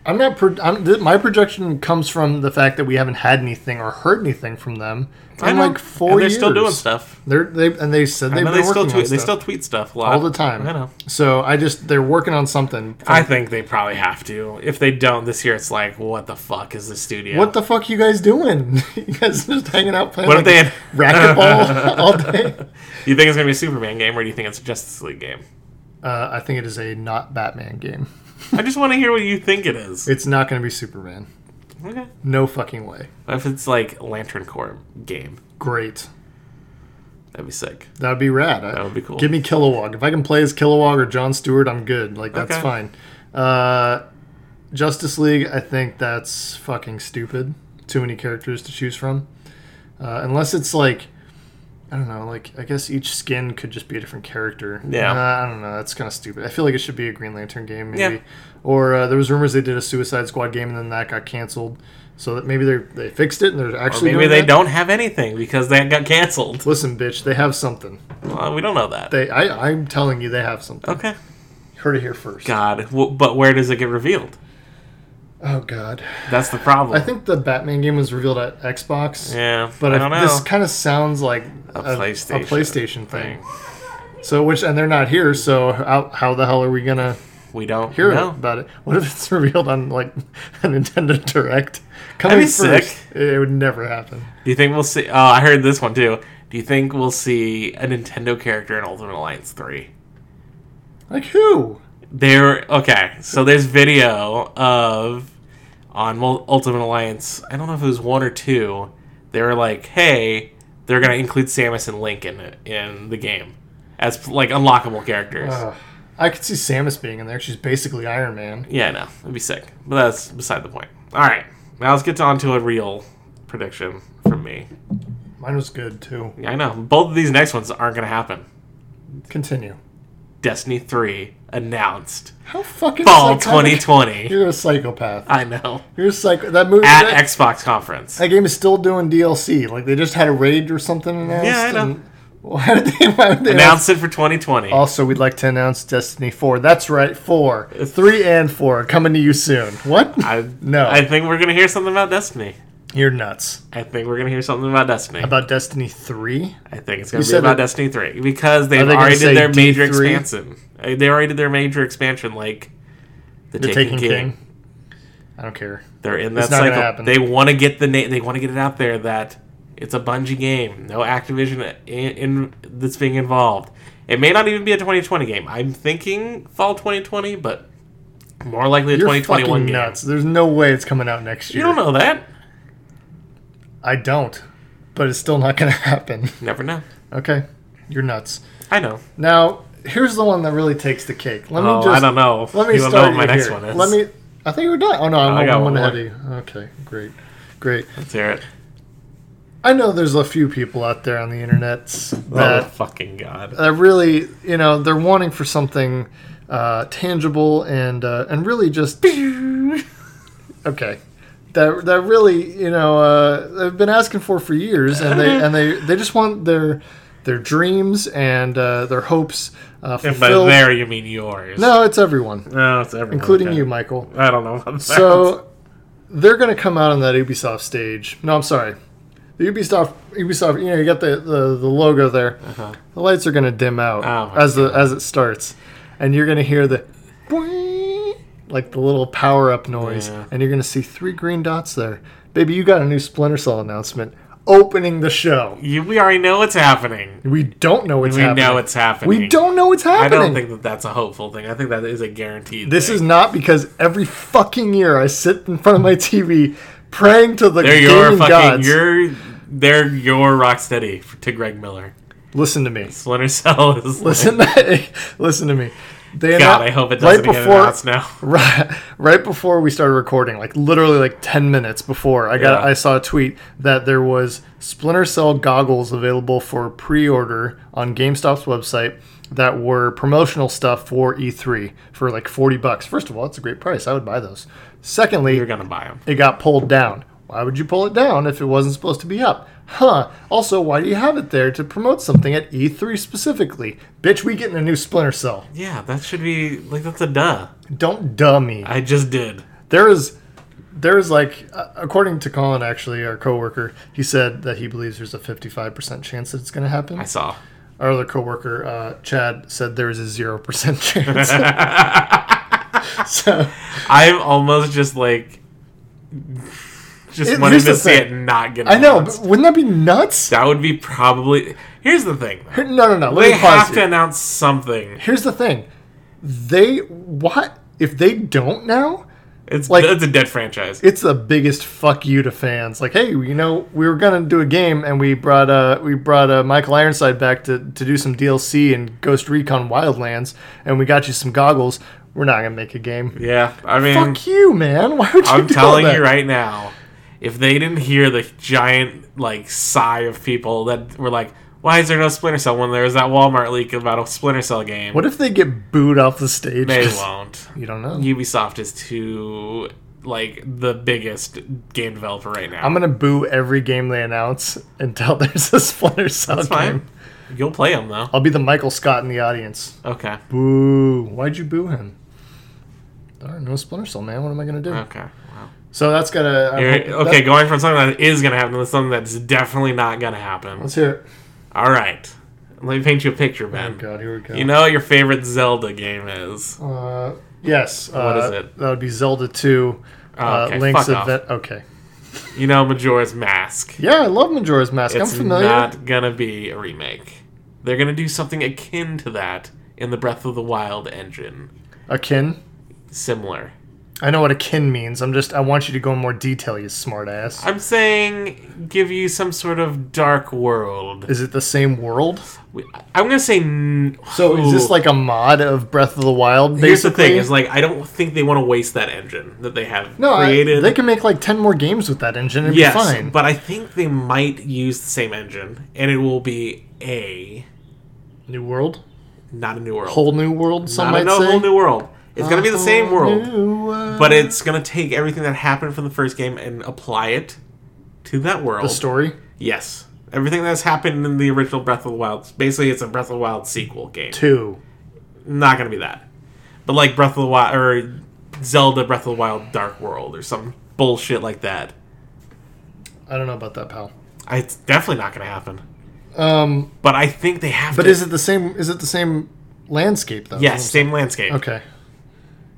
A: I'm not. Pro- I'm, th- my projection comes from the fact that we haven't had anything or heard anything from them
B: I
A: in
B: know.
A: like four
B: and they're
A: years.
B: still doing stuff.
A: They're they and they said
B: I
A: they've
B: know
A: been
B: they
A: working
B: still
A: on
B: tweet. They
A: stuff
B: still tweet stuff a lot.
A: all the time.
B: I know.
A: So I just they're working on something.
B: I think they probably have to. If they don't this year, it's like, what the fuck is this studio?
A: What the fuck you guys doing? you guys just hanging out playing
B: What
A: like
B: if they had?
A: racquetball all day?
B: Do you think it's gonna be a Superman game, or do you think it's a Justice League game?
A: Uh, I think it is a not Batman game.
B: I just want to hear what you think it is.
A: It's not going to be Superman.
B: Okay.
A: No fucking way.
B: What if it's like Lantern Corps game?
A: Great.
B: That'd be sick.
A: That would be rad. That
B: would be cool.
A: Give me Kilowog. If I can play as Kilowog or John Stewart, I'm good. Like that's
B: Okay.
A: fine. Uh, Justice League, I think that's fucking stupid. Too many characters to choose from. Uh, unless it's like, I don't know. Like I guess each skin could just be a different character.
B: Yeah.
A: Uh, I don't know. That's kind of stupid. I feel like it should be a Green Lantern game maybe.
B: Yeah.
A: Or uh, there was rumors they did a Suicide Squad game and then that got canceled. So that maybe they they fixed it and they're
B: Or
A: actually
B: maybe
A: doing
B: they
A: that.
B: don't have anything because they got canceled.
A: Listen, bitch, they have something.
B: Well, we don't know that.
A: They, I, I'm telling you, they have something.
B: Okay.
A: Heard it here first.
B: God, w- but where does it get revealed?
A: Oh God.
B: That's the problem.
A: I think the Batman game was revealed at Xbox.
B: yeah,
A: But
B: I
A: I-
B: don't know.
A: this kind of sounds like a,
B: PlayStation
A: a PlayStation thing. So which and they're not here. So how, how the hell are we gonna
B: We don't
A: hear
B: know.
A: about it? What if it's revealed on like a Nintendo Direct? Coming
B: be sick.
A: first, it would never happen.
B: Do you think we'll see? Oh, I heard this one too. Do you think we'll see a Nintendo character in Ultimate Alliance Three?
A: Like who?
B: There. Okay, so there's video of on Mul- Ultimate Alliance. I don't know if it was one or two. They were like, "Hey, they're gonna include Samus and Link in in the game as like unlockable characters."
A: Ugh. I could see Samus being in there. She's basically Iron Man.
B: Yeah, I know. It'd be sick. But that's beside the point. All right. Now let's get on to a real prediction from me.
A: Mine was good too.
B: Yeah, I know. Both of these next ones aren't going to happen.
A: Continue.
B: Destiny 3 announced
A: How fucking
B: fall
A: psychotic-
B: 2020.
A: You're a psychopath.
B: I know.
A: You're a psycho. That movie.
B: At
A: that-
B: Xbox conference.
A: That game is still doing DLC. Like they just had a raid or something announced.
B: Yeah, I know.
A: and- Why did they, why did they announce?
B: Announced it for 2020.
A: Also, we'd like to announce Destiny Four. That's right, four, three, and four are coming to you soon. What?
B: I
A: no,
B: I think we're going to hear something about Destiny.
A: you're nuts
B: I think we're going to hear something about Destiny.
A: about Destiny Three.
B: I think it's going
A: You
B: to be
A: said
B: about
A: that-
B: Destiny 3 because they
A: Are they gonna
B: already
A: say
B: did their major
A: D3?
B: expansion. Uh, They already did their major expansion like the,
A: The
B: Taking,
A: Taken King.
B: King.
A: I don't care.
B: They're in that
A: not gonna
B: cycle.
A: happen.
B: They want to get the name. They want to get it out there that it's a Bungie game. No Activision in, in that's being involved. It may not even be a 2020 game. I'm thinking fall 2020, but more likely a
A: You're
B: 2021
A: fucking
B: game.
A: nuts. There's no way it's coming out next
B: You
A: year.
B: don't know that.
A: I don't. But it's still not going to happen.
B: Never know.
A: Okay, you're nuts.
B: I know.
A: Now, here's the one that really takes the cake. Let
B: Oh,
A: me just.
B: I don't know.
A: Let me
B: you don't
A: start
B: know what my
A: you
B: next
A: here.
B: one is.
A: Let me. I think we're done. Oh no, I'm
B: I got
A: one,
B: one
A: one
B: more.
A: ahead of you. Okay, great, great.
B: Let's hear it.
A: I know there's a few people out there on the internet
B: Oh
A: that
B: fucking god.
A: that really, you know, they're wanting for something uh, tangible and uh, and really just okay. That, that really you know uh, they've been asking for for years and they and they, they just want their their dreams and uh, their hopes uh,
B: If
A: fulfilled.
B: by there you mean yours.
A: no, it's everyone,
B: No, it's everyone.
A: including
B: Okay.
A: you, Michael.
B: I don't know. About that.
A: So they're going to come out on that Ubisoft stage. No, I'm sorry. The Ubisoft, Ubisoft, you know, you got the, the, the logo there. The lights are going to dim out
B: Uh-huh. Oh, my
A: as the as it starts, and you're going to hear the boing, like the little power up noise,
B: Yeah.
A: and you're going to see three green dots there. Baby, you got a new Splinter Cell announcement opening the show.
B: you, we already know what's happening.
A: We don't know what's
B: we
A: happening.
B: know it's happening.
A: we don't know what's
B: I
A: happening.
B: don't think that that's a hopeful thing. I think that is a guaranteed.
A: This
B: thing.
A: is not because every fucking year I sit in front of my TV praying to the
B: they're
A: gaming
B: your fucking
A: gods.
B: you're they're your Rocksteady f- to Greg Miller.
A: Listen to me.
B: Splinter Cell is
A: Listen, to, listen to me. They
B: God.
A: annou-
B: I hope it doesn't
A: right
B: get
A: before,
B: announced now.
A: Right, right before we started recording, like literally like ten minutes before, I got
B: Yeah.
A: I saw a tweet that there was Splinter Cell goggles available for pre-order on GameStop's website that were promotional stuff for E3 for like forty bucks. First of all, it's a great price. I would buy those. Secondly,
B: You're gonna buy them.
A: it got pulled down. Why would you pull it down if it wasn't supposed to be up? Huh. Also, why do you have it there to promote something at E3 specifically? Bitch, we getting a new Splinter Cell.
B: Yeah, that should be like that's a duh.
A: Don't dumb me.
B: I just did.
A: There is, there is like, uh, according to Colin, actually, our coworker, he said that he believes there's a 55% chance that it's going to happen.
B: I saw.
A: Our other coworker, uh, Chad, said there is a 0% chance. so
B: I'm almost just like just
A: It-
B: wanting
A: here's
B: to
A: the
B: see it
A: thing.
B: not get.
A: I know, but
B: announced.
A: wouldn't that be nuts?
B: that would be probably. Here's the thing. though.
A: No, no, no. Let
B: They
A: me pause
B: have
A: you.
B: to announce something.
A: Here's the thing. They, what? If they don't now,
B: It's
A: Like-
B: it's a dead franchise.
A: it's the biggest fuck you to fans. Like, hey, you know, we were gonna do a game, and we brought uh, we brought uh, Michael Ironside back to, to do some DLC and Ghost Recon Wildlands, and we got you some goggles. We're not gonna make a game.
B: yeah, I mean,
A: fuck you, man. Why would you?
B: I'm
A: do
B: telling
A: all that?
B: you right now, if they didn't hear the giant like sigh of people that were like, "Why is there no Splinter Cell?" when there was that Walmart leak about a Splinter Cell game,
A: What if they get booed off the stage?
B: they
A: 'Cause
B: won't.
A: You don't know.
B: Ubisoft is too like the biggest game developer right now.
A: I'm gonna boo every game they announce until there's a Splinter Cell
B: That's
A: game.
B: fine. You'll play them though.
A: I'll be the Michael Scott in the audience.
B: Okay.
A: Boo! Why'd you boo him? All right, no Splinter Cell, man. What am I gonna do?
B: Okay. Wow.
A: So that's gonna. I'm
B: You're-
A: hoping- that-
B: okay, going from something that is going to happen to something that's definitely not going to happen.
A: Let's hear it.
B: All right. Let me paint you a picture,
A: Oh
B: Ben.
A: God, here we go.
B: You know what your favorite Zelda game is?
A: uh, yes. Uh,
B: is it? Oh,
A: That would be Zelda Two. Uh,
B: okay,
A: Link's
B: fuck off.
A: Advent. Okay.
B: You know Majora's Mask.
A: Yeah, I love Majora's Mask.
B: It's
A: I'm familiar.
B: not going to be a remake. They're going to do something akin to that in the Breath of the Wild engine.
A: Akin.
B: Similar.
A: I know what akin means. I'm just. I want you to go in more detail, you smartass.
B: I'm saying give you some sort of dark world.
A: Is it the same world?
B: We- I'm going to say. n-
A: So is
B: Ooh.
A: this like a mod of Breath of the Wild? Basically?
B: Here's the thing: is like I don't think they want to waste that engine that they have
A: no, I-
B: created.
A: they can make like ten more games with that engine and
B: yes,
A: be fine.
B: but I think they might use the same engine, and it will be a
A: new world,
B: not a new world,
A: whole new world. Some
B: not
A: might
B: a no-
A: say.
B: whole new world. It's gonna be the same
A: Whole
B: world,
A: new world.
B: but it's gonna take everything that happened from the first game and apply it to that world.
A: the story.
B: Yes, everything that's happened in the original Breath of the Wild. Basically, it's a Breath of the Wild sequel game.
A: Two.
B: not gonna be that. But like Breath of the Wild or Zelda Breath of the Wild Dark World or some bullshit like that.
A: I don't know about that, pal.
B: I- It's definitely not gonna happen.
A: Um,
B: But I think they have
A: But
B: to.
A: is it the same? Is it the same landscape though?
B: yes, same landscape.
A: Okay.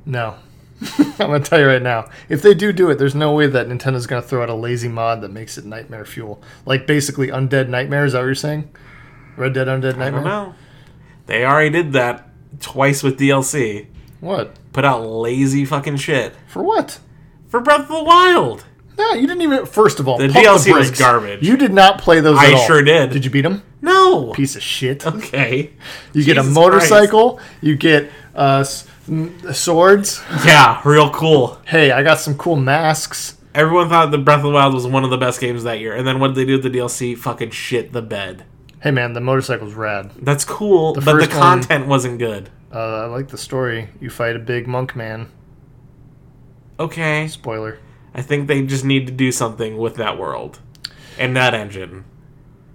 A: No. I'm gonna tell you right now. If they do do it, there's no way that Nintendo's gonna throw out a lazy mod that makes it nightmare fuel. Like basically undead nightmare. Is that what you're saying? Red Dead Undead
B: I
A: Nightmare.
B: don't know. They already did that twice with DLC.
A: What?
B: Put out lazy fucking shit
A: For what?
B: for Breath of the Wild.
A: No, you didn't even. First of all,
B: The
A: pump
B: DLC was
A: brakes.
B: garbage.
A: You did not play those.
B: I
A: at all.
B: sure did.
A: Did you beat them?
B: No.
A: Piece of shit.
B: Okay.
A: You get a
B: Jesus
A: motorcycle. You get uh, s- m- swords.
B: Yeah, real cool.
A: Hey, I got some cool masks.
B: Everyone thought the Breath of the Wild was one of the best games that year, and then what did they do with the DLC? Fucking shit the bed.
A: Hey man, the motorcycle's rad.
B: That's cool, but the
A: first one-
B: content wasn't good.
A: Uh, I like the story. You fight a big monk man.
B: Okay.
A: Spoiler.
B: I think they just need to do something with that world and that engine.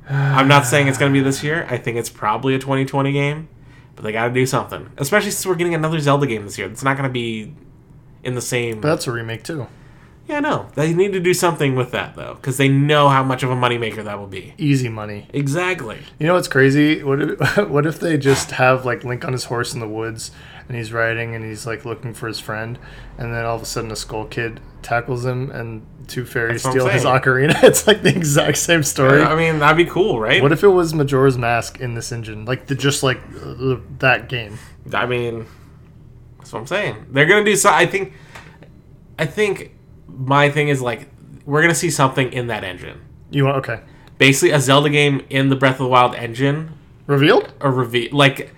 B: I'm not saying it's going to be this year. I think it's probably a 2020 game, but they got to do something. Especially since we're getting another Zelda game this year. It's not going to be in the same.
A: But that's a remake too.
B: yeah, no. They need to do something with that though, because they know how much of a moneymaker that will be.
A: Easy money.
B: Exactly.
A: You know what's crazy? What if, what if they just have like Link on his horse in the woods and he's riding and he's like looking for his friend and then all of a sudden a skull kid tackles him and two fairies
B: That's what I'm
A: steal his
B: saying.
A: ocarina. It's like the exact same story.
B: I mean, that'd be cool, right?
A: what if it was Majora's Mask in this engine? Like the just like uh, that game.
B: I mean, that's what I'm saying. They're gonna do so. I think. I think my thing is like we're gonna see something in that engine.
A: You want okay.
B: Basically, a Zelda game in the Breath of the Wild engine,
A: Revealed?
B: a reveal like.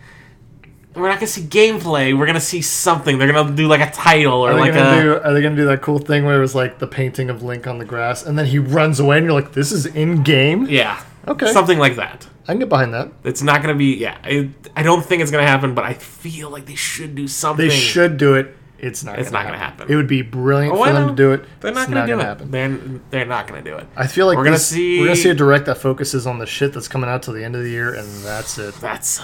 B: We're not gonna see gameplay. We're gonna see something. They're gonna do like a title or
A: Are they,
B: like
A: gonna
B: a.
A: do, are they gonna do that cool thing where it was like the painting of Link on the grass, and then he runs away, and you're like, "This is in game."
B: yeah.
A: Okay.
B: Something like that.
A: I can get behind that.
B: It's not gonna be. Yeah. I, I don't think it's gonna happen, but I feel like they should do something.
A: They should do it. It's not.
B: It's not gonna happen. Oh,
A: It would be brilliant
B: Why
A: for them to
B: not?
A: do it.
B: They're not
A: It's
B: gonna do it.
A: happen.
B: They're they're not gonna do it.
A: I feel like
B: We're gonna
A: this- we're gonna
B: see-
A: see a direct that focuses on the shit that's coming out till the end of the year, and that's it.
B: That sucks.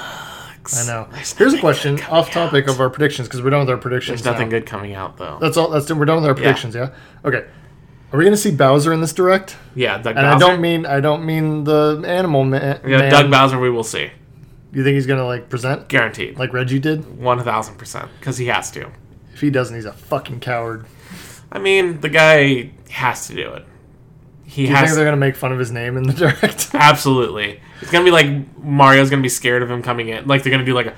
B: Max.
A: I know.
B: There's
A: Here's a
B: nothing
A: question
B: good coming
A: off topic
B: out.
A: of our predictions because we're done with our predictions.
B: There's nothing
A: now.
B: good coming out though.
A: That's all. That's we're done with our predictions. Yeah. Okay. Are we gonna see Bowser in this direct?
B: yeah, Doug
A: And
B: Bowser.
A: I don't mean I don't mean the animal ma- man.
B: yeah, Doug Bowser. We will see,
A: You think he's gonna like present
B: guaranteed,
A: like Reggie did?
B: one thousand percent, because he has to.
A: If he doesn't, he's a fucking coward.
B: I mean, the guy has to do it. He
A: Do you
B: has.
A: think they're gonna make fun of his name in the direct?
B: Absolutely. It's gonna be like Mario's gonna be scared of him coming in. Like they're gonna do like a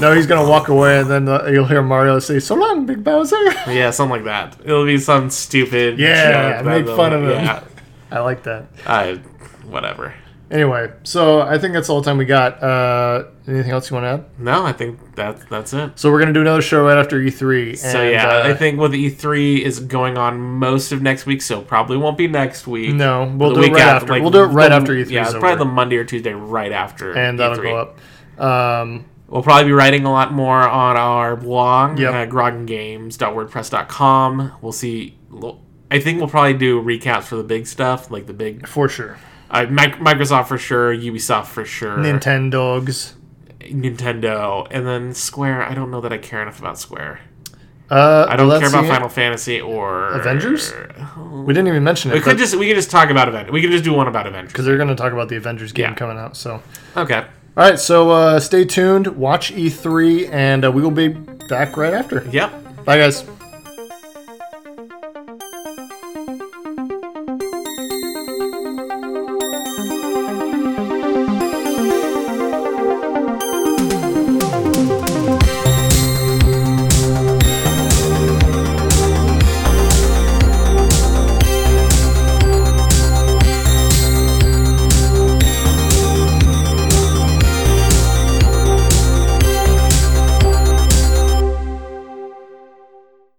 A: no, he's gonna walk away, and then uh, you'll hear Mario say, "So long, Big Bowser."
B: yeah, something like that. It'll be some stupid
A: Yeah,
B: joke
A: make
B: that-
A: fun of him.
B: Yeah,
A: I like that.
B: I, whatever.
A: Anyway, so I think that's all the time we got. Uh, anything else you want to add?
B: No, I think that that's it.
A: So we're gonna do another show right after E3. And,
B: so yeah,
A: uh,
B: I think with E3 is going on most of next week, so probably won't be next week.
A: No, we'll
B: The
A: do it
B: week
A: right after.
B: like,
A: we'll do it right
B: the-
A: after E3.
B: Yeah,
A: is
B: it's probably
A: over.
B: the Monday or Tuesday right after. E
A: and that'll
B: E3.
A: go up. Um,
B: We'll probably be writing a lot more on our blog
A: Yep.
B: at groggengames.wordpress.com. We'll see. I think we'll probably do recaps for the big stuff, like the big
A: for sure.
B: uh, Mic- Microsoft for sure, Ubisoft for sure,
A: Nintendogs.
B: Nintendo, and then Square. I don't know that I care enough about Square.
A: Uh,
B: I don't
A: let's
B: care about
A: see.
B: Final Fantasy or
A: Avengers? We didn't even mention it.
B: We could
A: because
B: just we could just talk about event. We could just do one about Avengers.
A: they're going to talk about the Avengers game
B: Yeah.
A: coming out. So, all
B: Okay.
A: right. So E uh, stay tuned. Watch E3, and uh, we will be back right after.
B: Yep.
A: Bye, guys.